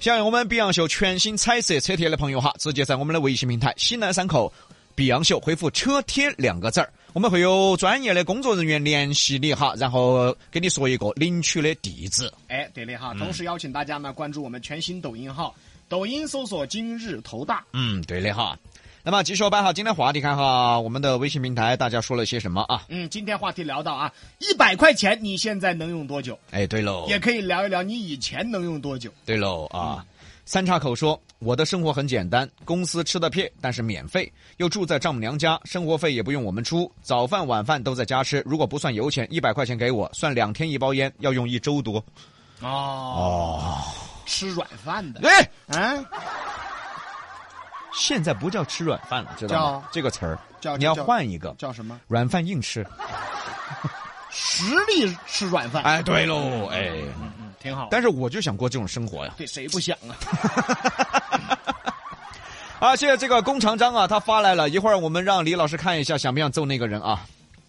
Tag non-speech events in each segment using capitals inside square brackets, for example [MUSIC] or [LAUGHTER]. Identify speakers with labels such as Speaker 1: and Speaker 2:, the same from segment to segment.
Speaker 1: 想要我们 Beyond 秀全新彩色车贴的朋友哈，直接在我们的微信平台西南三口 Beyond 秀回复“车贴”两个字儿，我们会有专业的工作人员联系你哈，然后给你说一个领取的地址。
Speaker 2: 哎，对的
Speaker 1: 嗯
Speaker 2: 哈。同时邀请大家呢关注我们全新抖音号，抖音搜索“今日头大
Speaker 1: 嗯，对的哈。那么继续摆哈，今天话题看哈，我们的微信平台大家说了些什么啊”。？
Speaker 2: 嗯，今天话题聊到啊，一百块钱你现在能用多久？
Speaker 1: 哎，对喽，
Speaker 2: 也可以聊一聊你以前能用多久。
Speaker 1: 对喽啊！三岔口说：“我的生活很简单，公司吃的撇，但是免费，又住在丈母娘家，生活费也不用我们出，早饭晚饭都在家吃。如果不算油钱，一百块钱给我，算两天一包烟，要用一周多。
Speaker 2: 哦，吃软饭”的，
Speaker 1: 哎，
Speaker 2: 嗯，
Speaker 1: 现在不叫吃软饭了，知道吗
Speaker 2: 叫？
Speaker 1: 这个词儿
Speaker 2: 叫
Speaker 1: 你要换一个，
Speaker 2: 叫什么？
Speaker 1: 软饭硬吃。
Speaker 2: 实力吃软饭，
Speaker 1: 哎，对喽，哎，
Speaker 2: 嗯，挺好。
Speaker 1: 但是我就想过这种生活呀。
Speaker 2: 对谁不想啊？
Speaker 1: 而且啊这个工厂章啊，他发来了一会儿，我们让李老师看一下，想不想揍那个人啊？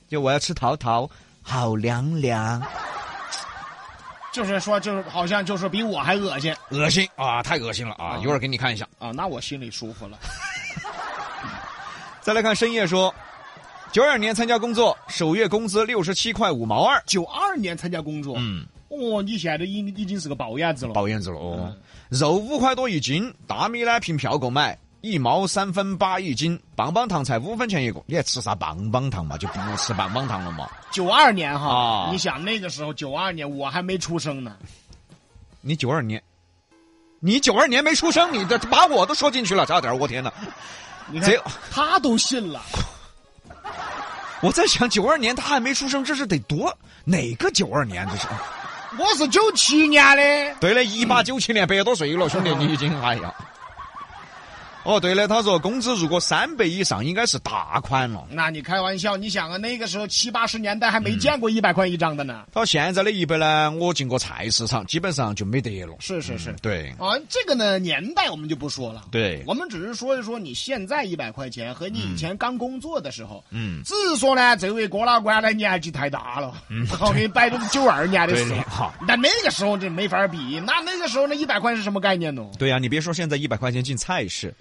Speaker 1: 就我要吃桃桃，好凉凉，
Speaker 2: 就是说，就是好像就是比我还恶心
Speaker 1: 恶心啊，太恶心了啊！一会儿给你看一下。
Speaker 2: 啊，那我心里舒服了。
Speaker 1: 再来看深夜说，九二年参加工作，首月工资六十七块五毛二，
Speaker 2: 九二年参加工作，
Speaker 1: 嗯，
Speaker 2: 哦，你现在已已经是个包养子了。
Speaker 1: 包烟子了哦。肉五块多一斤，大米呢凭票购买，一毛三分八一斤，棒棒糖才五分钱一个。你还吃啥棒棒糖嘛？就不吃棒棒糖了嘛？
Speaker 2: 九二年哈，
Speaker 1: 啊
Speaker 2: 你想那个时候九二年我还没出生呢，
Speaker 1: 你九二年，你九二年没出生，你这把我都说进去了，差点儿，我天哪！
Speaker 2: 你看
Speaker 1: 这
Speaker 2: 他都信了，
Speaker 1: 我在想，九二年他还没出生，这是得多哪个九二年？这是
Speaker 2: 我是九七年的，
Speaker 1: 对了，一八九七年，百多岁了，兄弟，你已经哎呀。哦，对了，他说工资如果三百以上，应该是大款了。
Speaker 2: 那你开玩笑？你想啊，那个时候七八十年代还没
Speaker 1: 嗯
Speaker 2: 见过一百块一张的呢。
Speaker 1: 到现在的一百呢，我进过菜市场，基本上就没得了。
Speaker 2: 是是是。
Speaker 1: 对，
Speaker 2: 啊，这个呢年代我们就不说了，
Speaker 1: 对
Speaker 2: 我们只是说一说你现在一百块钱和你以前刚工作的时候，
Speaker 1: 嗯，
Speaker 2: 只是说呢，这位郭老倌呢年纪太大了，嗯，我给你摆的是九二年的
Speaker 1: 对
Speaker 2: 事
Speaker 1: 的好，
Speaker 2: 那那个时候这没法比，那那个时候那一百块是什么概念呢？
Speaker 1: 对呀、你别说现在一百块钱进菜市，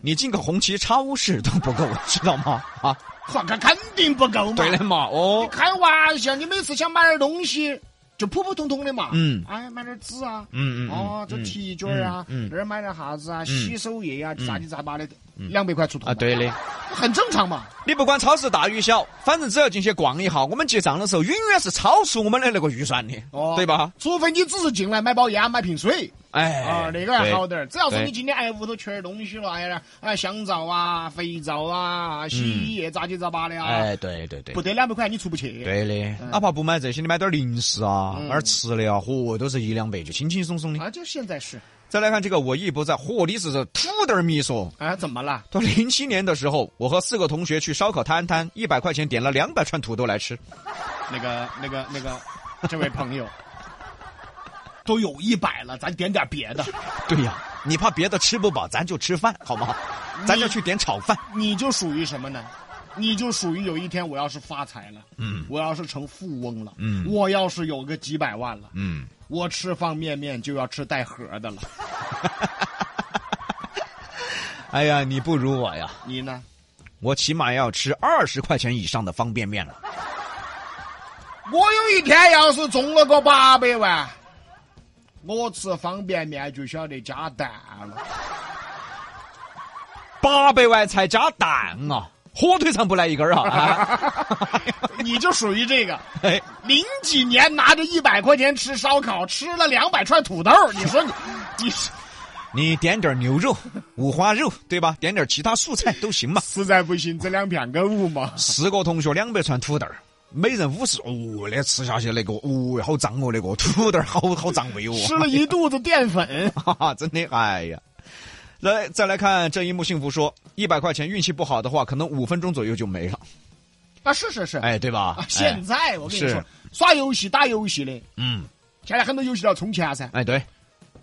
Speaker 1: 你进个红旗超市都不够，知道吗？啊，
Speaker 2: 哈，那肯定不够嘛，
Speaker 1: 对了嘛，哦
Speaker 2: 你，开玩笑，你每次想买点东西，就普普通通的嘛。
Speaker 1: 嗯
Speaker 2: 哎，买点纸啊，
Speaker 1: 嗯嗯嗯
Speaker 2: 哦，这铁卷儿啊，
Speaker 1: 嗯嗯嗯
Speaker 2: 那儿买点啥子啊，洗手液啊，杂七杂八的，两百块出头
Speaker 1: 啊，对，的。
Speaker 2: 很正常嘛。
Speaker 1: 你不管超市大与小，反正只要进去逛一下，我们结账的时候永远是超出我们的那个预算的，
Speaker 2: 哦，
Speaker 1: 对吧？？
Speaker 2: 除非你只是进来买包烟、买瓶水
Speaker 1: 哎，
Speaker 2: 啊，那个还好点儿。只要说
Speaker 1: 对
Speaker 2: 你今天哎屋头缺点东西了，哎呀，哎香皂啊、肥皂啊、洗衣液杂七杂八的
Speaker 1: 嗯
Speaker 2: 啊，
Speaker 1: 哎，对对对
Speaker 2: 不，得两百块你出不去。
Speaker 1: 对的。哪怕不买这些，你买点零食啊，买点吃的啊，嚯，都是一两百，就轻轻松松的。
Speaker 2: 啊，就现在是
Speaker 1: 再来看这个，我亦不在，嚯，你是这土豆儿米说。
Speaker 2: 啊，怎么了？
Speaker 1: 他零七年的时候，我和四个同学去烧烤摊摊，一百块钱点了两百串土豆来吃。
Speaker 2: 那个、那个、那 [LAUGHS] 个，这位朋友，都有一百了，咱点点别的。
Speaker 1: 对呀、你怕别的吃不饱，咱就吃饭好吗？咱就去点炒饭。
Speaker 2: [LAUGHS] 你就属于什么呢？你就属于有一天我要是发财了，嗯，我要是成富翁了，嗯，我要是有个几百万了，
Speaker 1: 嗯， [LAUGHS]
Speaker 2: 我吃方便面就要吃带盒的 [LAUGHS] 了。
Speaker 1: 哎呀，你不如我呀。
Speaker 2: 你呢？
Speaker 1: 我起码要吃二十块钱以上的方便面了。
Speaker 2: 我有一天要是中了个八百万，我吃方便面就晓得加蛋 [LAUGHS] 了。
Speaker 1: 八百万才加蛋啊，火腿肠不来一根儿啊！ [LAUGHS]
Speaker 2: 你就属于这个。
Speaker 1: 哎，
Speaker 2: 零几年拿着一百块钱吃烧烤，吃了两百串土豆，你说你，你
Speaker 1: 你点点牛肉、五花肉，对吧？点点其他素菜都行嘛。
Speaker 2: [LAUGHS] 实在不行，这两片购物嘛。
Speaker 1: 四个同学两百串土豆儿，每人五十，哦，那吃下去那个，哦，好胀哦，那个土豆儿好好胀胃哦，
Speaker 2: 吃了一肚子淀粉，
Speaker 1: 哈哈，真的， [LAUGHS] 哎呀。来，再来看这一幕，幸福说，一百块钱运气不好的话，可能五分钟左右就没
Speaker 2: [LAUGHS]
Speaker 1: 了，
Speaker 2: 啊，是是是，
Speaker 1: 哎，对吧？
Speaker 2: 啊，现
Speaker 1: 哎
Speaker 2: 在我跟你说
Speaker 1: 是，
Speaker 2: 耍游戏打游戏的，
Speaker 1: 嗯，
Speaker 2: 现在很多游戏都要充钱噻，
Speaker 1: 哎，对，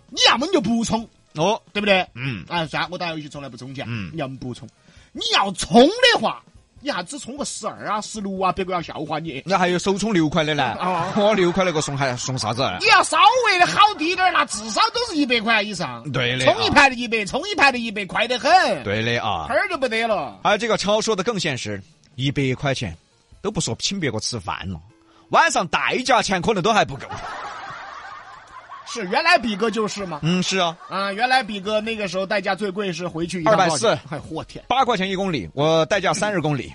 Speaker 2: 你要么你就不充，
Speaker 1: 哦，
Speaker 2: 对不对？哎
Speaker 1: 嗯
Speaker 2: 啊，算了，我打游戏从来不充钱，
Speaker 1: 嗯
Speaker 2: 你要么不充，你要充的话，你啥子充个十二啊、十六啊，别个要笑话你。
Speaker 1: 那还有首充六块的呢
Speaker 2: 啊，
Speaker 1: 我六块那个送还送啥子？啊
Speaker 2: 你要稍微的好滴点儿，那至少都是一百块以上。
Speaker 1: 对的
Speaker 2: 充一
Speaker 1: 啊
Speaker 2: 盘的一百，充一盘的一百，快得很。，
Speaker 1: 对的啊
Speaker 2: 盆。儿就不得了。
Speaker 1: 而这个超说的更现实，一百块钱都不说请别个吃饭了，晚上代驾钱可能都还不够。
Speaker 2: 是原来比哥就是嘛，
Speaker 1: 嗯，是啊，
Speaker 2: 啊，原来比哥那个时候代价最贵是回去一趟
Speaker 1: 240
Speaker 2: 多少钱哎，我天，
Speaker 1: 八块钱一公里，我代驾三十公里，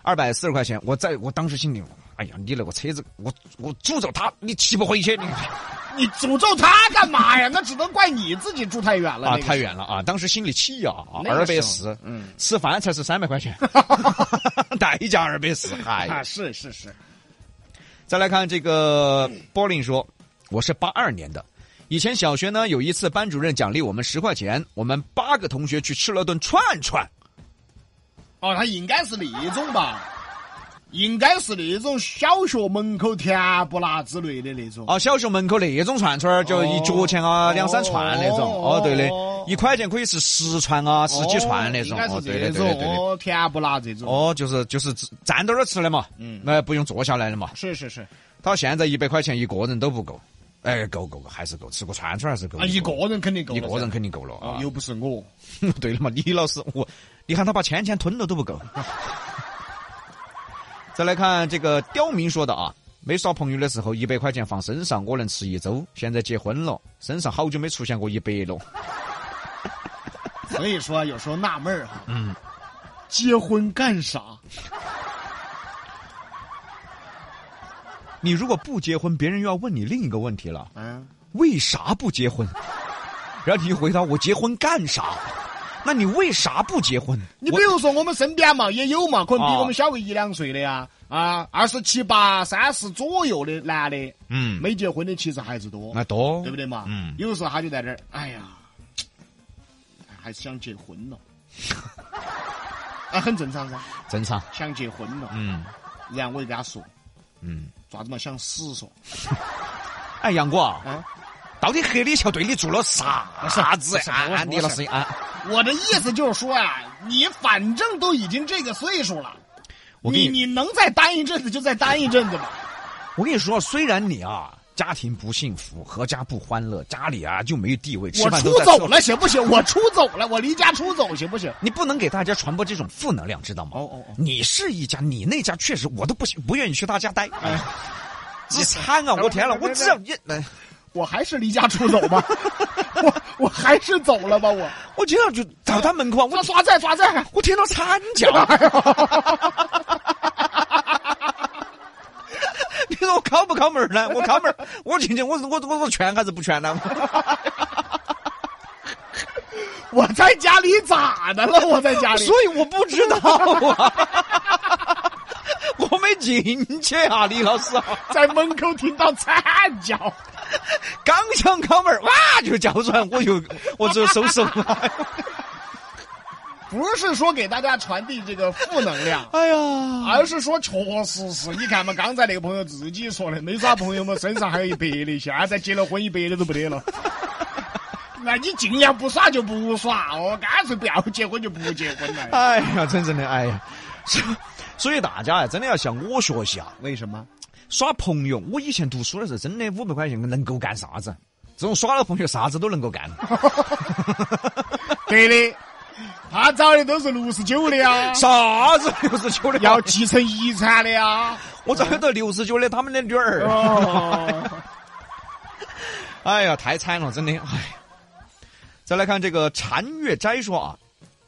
Speaker 1: 二百四十块钱。我在我当时心里，哎呀，你那个车子，我我诅咒他，你骑不回去，你
Speaker 2: 你诅咒他干嘛呀？那只能怪你自己住太远了
Speaker 1: 啊
Speaker 2: 那，个
Speaker 1: 太远了啊！当时心里气呀、啊，
Speaker 2: 那
Speaker 1: 二
Speaker 2: 个
Speaker 1: 百
Speaker 2: 时
Speaker 1: 四
Speaker 2: 候，嗯，
Speaker 1: 吃饭才是三百块 [LAUGHS] 钱，代驾二百四，哎呀
Speaker 2: 啊，，是是是，
Speaker 1: 再来看这个波林说，我是八二年的，以前小学呢有一次班主任奖励我们十块钱，我们八个同学去吃了顿串串，
Speaker 2: 哦，他应该是那种吧，应该是那种小学门口甜不辣之类的那种。
Speaker 1: 啊，小学门口那种串串儿就一角钱啊、
Speaker 2: 哦
Speaker 1: 两三串那种，
Speaker 2: 哦
Speaker 1: 哦对的
Speaker 2: 哦，
Speaker 1: 一块钱可以是十串啊十几串那种，
Speaker 2: 应该
Speaker 1: 哦
Speaker 2: 是
Speaker 1: 对的
Speaker 2: 这
Speaker 1: 对的对的，
Speaker 2: 哦，甜不辣这种，
Speaker 1: 哦就是就是站到那儿吃的嘛，
Speaker 2: 嗯
Speaker 1: 那不用坐下来了嘛，
Speaker 2: 是是是，
Speaker 1: 到现在一百块钱一个人都不够，哎够够够还是够，吃个串串还是够
Speaker 2: 啊，
Speaker 1: 的，
Speaker 2: 一个人肯定够
Speaker 1: 一
Speaker 2: 了
Speaker 1: 个
Speaker 2: 噻
Speaker 1: 人肯定够了啊
Speaker 2: 啊，，又不是我，
Speaker 1: [LAUGHS] 对了嘛，李老师，我你看他把钱钱吞了都不够。再来看这个刁民说的啊，没耍朋友的时候，一百块钱放身上，我能吃一周。现在结婚了，身上好久没出现过一百了。
Speaker 2: 所以说有时候纳闷儿哈，嗯，结婚干啥？
Speaker 1: 你如果不结婚，别人又要问你另一个问题了：
Speaker 2: 嗯，
Speaker 1: 为啥不结婚？ [LAUGHS] 然后你一回答我结婚干啥？那你为啥不结婚？
Speaker 2: 你
Speaker 1: 我
Speaker 2: 比如说我们身边嘛，也有嘛，可能比
Speaker 1: 啊
Speaker 2: 我们小个一两岁的呀，啊，二十七八、三十左右的男的，
Speaker 1: 嗯，
Speaker 2: 没结婚的其实还是多，
Speaker 1: 那多
Speaker 2: 对不对嘛？
Speaker 1: 嗯，
Speaker 2: 有时候他就在这儿，哎呀，还是想结婚了， [LAUGHS] 啊，很正常噻，
Speaker 1: 正常。
Speaker 2: 想结婚了。
Speaker 1: 嗯
Speaker 2: 然后我就跟他说，
Speaker 1: 嗯，
Speaker 2: 咋子嘛，想死说，
Speaker 1: 哎，杨哥啊，
Speaker 2: 啊，
Speaker 1: 到底黑李桥对你做了啥啥子？
Speaker 2: 不是
Speaker 1: 安
Speaker 2: 不是
Speaker 1: 安迪老师啊。
Speaker 2: 我的意思就是说啊，你反正都已经这个岁数了。
Speaker 1: 我跟
Speaker 2: 你
Speaker 1: 你
Speaker 2: 你能再单一阵子就再单一阵子吧。
Speaker 1: 我跟你说，虽然你啊家庭不幸福，阖家不欢乐，家里啊就没有地位，吃
Speaker 2: 我
Speaker 1: 饭
Speaker 2: 出
Speaker 1: 都在
Speaker 2: 走
Speaker 1: 厕所，
Speaker 2: 了行不行？我出走了，我离家出走行不行？
Speaker 1: 你不能给大家传播这种负能量，知道吗？
Speaker 2: 哦哦哦
Speaker 1: 你是一家，你那家确实我都不行，不愿意去他家待。
Speaker 2: 哎
Speaker 1: 只惨啊！我天了，
Speaker 2: 别别
Speaker 1: 我
Speaker 2: 别
Speaker 1: 只要一，哎
Speaker 2: 我还是离家出走
Speaker 1: [LAUGHS]
Speaker 2: 吧，我我还是走了吧，我
Speaker 1: 我经常就到他门口啊，
Speaker 2: 我
Speaker 1: 我
Speaker 2: 耍菜耍菜，
Speaker 1: 我听到惨叫。你说我敲不敲门儿呢？我敲门儿，我进去，我是我我我劝还是不劝呢？
Speaker 2: 我在家里咋的了？我在家里，
Speaker 1: 所以我不知道啊， [LAUGHS] 我没进去啊，李老师啊，
Speaker 2: 在门口听到惨叫，
Speaker 1: 刚想敲门，哇就叫出来，我就我只有收手了。
Speaker 2: 不是说给大家传递这个负能量。
Speaker 1: 哎呀，
Speaker 2: 而是说，确实是你看嘛，刚才那个朋友自己说的，没耍朋友嘛，身上还有一百的，现在结了婚一百的都不得了。 [LAUGHS] 那你尽量不耍就不耍哦，干脆不要结婚就不结婚了。
Speaker 1: 哎呀，真正的哎呀， [LAUGHS] 所以所以大家呀，真的要向我学习啊，
Speaker 2: 为什么？
Speaker 1: 耍朋友。我以前读书的时候，真的五百块钱能够干啥子？这种耍了朋友，啥子都能够 [LAUGHS] 干。
Speaker 2: [LAUGHS] 对的，他找的都是六十九的 [LAUGHS] 呀，
Speaker 1: 啥子六十九的？
Speaker 2: 要继承遗产的呀。
Speaker 1: 我找到六十九的他们的女 [LAUGHS] 儿。
Speaker 2: 哦，
Speaker 1: 哎呀，太惨了，真的。哎呀，再来看这个禅月斋说啊，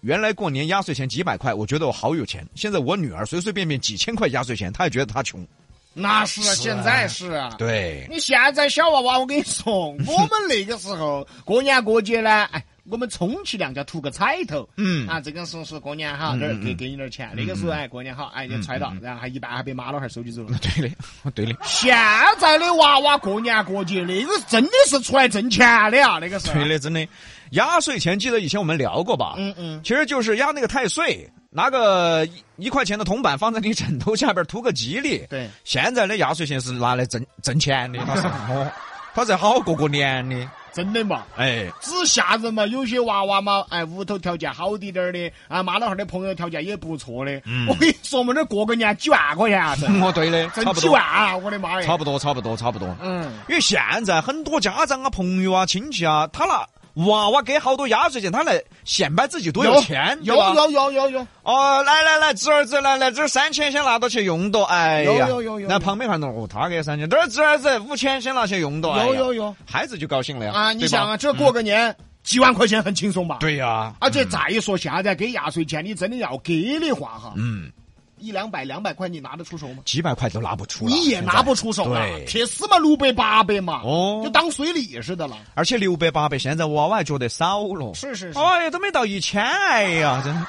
Speaker 1: 原来过年压岁钱几百块，我觉得我好有钱。现在我女儿随随便便几千块压岁钱，她也觉得她穷。
Speaker 2: [LAUGHS] 那是啊，现在是啊。
Speaker 1: 对，
Speaker 2: 你现在小娃娃，我跟你说，
Speaker 1: 嗯
Speaker 2: 我们那个时候 [LAUGHS] 过年过节呢，哎，我们充其量叫图个彩头。
Speaker 1: 嗯
Speaker 2: 啊，这个时候说过年好，这儿给给你点儿钱，那个时候哎过年好，哎就揣到，
Speaker 1: 嗯
Speaker 2: 然后还一半还被妈老汉儿收起走
Speaker 1: [LAUGHS]
Speaker 2: 了。
Speaker 1: 对的，对的，
Speaker 2: 现在的娃娃过年过节，那个真的是出来挣钱的啊，那个
Speaker 1: [LAUGHS]
Speaker 2: 是。
Speaker 1: 对的，真的。压岁钱记得以前我们聊过吧？
Speaker 2: 嗯嗯。
Speaker 1: 其实就是压那个太岁，拿个一一块钱的铜板放在你枕头下边图个吉利。
Speaker 2: 对，
Speaker 1: 现在的压岁钱是拿来挣挣钱的，他是哦，他是好好过过年的。
Speaker 2: 真的嘛。
Speaker 1: 哎，
Speaker 2: 只吓人嘛，有些娃娃嘛，哎，屋头条件好滴点儿的，啊，妈老汉儿的朋友条件也不错的。我跟你说，我们这儿过个年几万块钱啊，挣
Speaker 1: 我对的，嗯 [LAUGHS] 差
Speaker 2: 挣
Speaker 1: 不
Speaker 2: 几
Speaker 1: 多
Speaker 2: 万，啊，我的妈呀！
Speaker 1: 差不多，差不多，差不多。
Speaker 2: 嗯，
Speaker 1: 因为现在很多家长啊、朋友啊、亲戚啊，他拿娃娃给好多压岁钱，他来显摆自己多有钱，
Speaker 2: 有
Speaker 1: 对吧
Speaker 2: 有有有有，
Speaker 1: 哦，来来来，侄儿子，来来，这儿三千先拿到去用到，哎呀，
Speaker 2: 有有有有
Speaker 1: 那旁边看到哦，他给三千，这儿侄儿子五千先拿去用到，哎呀
Speaker 2: 有有有
Speaker 1: 孩子就高兴了呀，
Speaker 2: 啊！你想啊，
Speaker 1: 对吧嗯
Speaker 2: 这过个年几万块钱很轻松吧？。啊
Speaker 1: 对呀，
Speaker 2: 而且再说，现在给压岁钱，你真的要给的话哈，
Speaker 1: 嗯，
Speaker 2: 一两百两百块你拿得出手吗？
Speaker 1: 几百块都拿不出了，
Speaker 2: 你也拿不出手了
Speaker 1: 对，
Speaker 2: 铁丝嘛，六百八百嘛，
Speaker 1: 哦
Speaker 2: 就当随礼似的了。
Speaker 1: 而且六百八百，现在娃娃还觉得少了，
Speaker 2: 是是是
Speaker 1: 哎呀，都没到一千，哎呀，真的，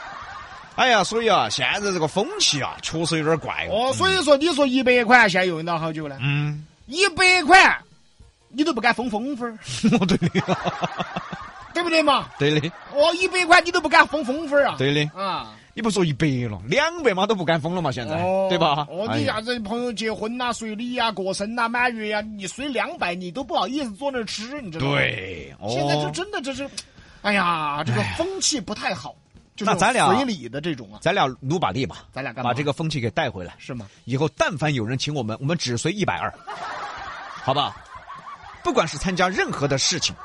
Speaker 1: 哎呀，所以啊，现在这个风气啊，确实有点怪
Speaker 2: 哦，所以说你说一百块现在用到好久呢？
Speaker 1: 嗯， [LAUGHS]
Speaker 2: 一百块，你都不敢封风分儿，
Speaker 1: 我对的，
Speaker 2: 对不对嘛？
Speaker 1: 对的，
Speaker 2: 哦，一百块你都不敢封风分儿啊？
Speaker 1: 对的，
Speaker 2: 啊，
Speaker 1: 你不说一百了，两百嘛都不敢封了嘛，现在，
Speaker 2: 哦，
Speaker 1: 对吧？
Speaker 2: 哦，
Speaker 1: 哎
Speaker 2: 你
Speaker 1: 呀
Speaker 2: 啥子朋友结婚呐、啊随礼呀、过生呐、满月呀，啊你随两百，你都不好意思坐那儿吃，你知道吗？，
Speaker 1: 对，哦、
Speaker 2: 现在这真的这是，哎呀，这个风气不太好，就是
Speaker 1: 那咱俩
Speaker 2: 随礼的这种啊，
Speaker 1: 咱俩努把力吧，
Speaker 2: 咱俩干嘛
Speaker 1: 把这个风气给带回来。
Speaker 2: 是吗？
Speaker 1: 以后但凡有人请我们，我们只随一百二，好不好？不管是参加任何的事情，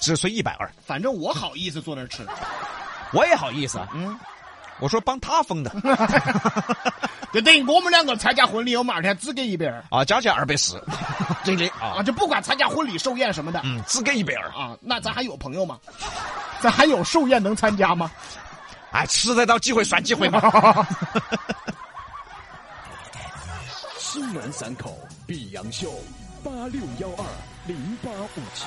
Speaker 1: 只随一百二，
Speaker 2: 反正我好意思坐那儿吃，
Speaker 1: 我也好意思啊。
Speaker 2: 嗯，
Speaker 1: 我说帮他封的
Speaker 2: 就等于我们两个参加婚礼，我们二天只给一百二
Speaker 1: 啊，加起来二百 [LAUGHS] 四，对的啊
Speaker 2: 啊，，就不管参加婚礼、寿宴什么的
Speaker 1: 嗯，只给一百二，
Speaker 2: 啊，那咱还有朋友吗？咱还有寿宴能参加吗？
Speaker 1: 哎，吃得到机会算机
Speaker 2: [LAUGHS]
Speaker 1: 会嘛。
Speaker 3: 西南三口碧阳秀八六幺二零八五七。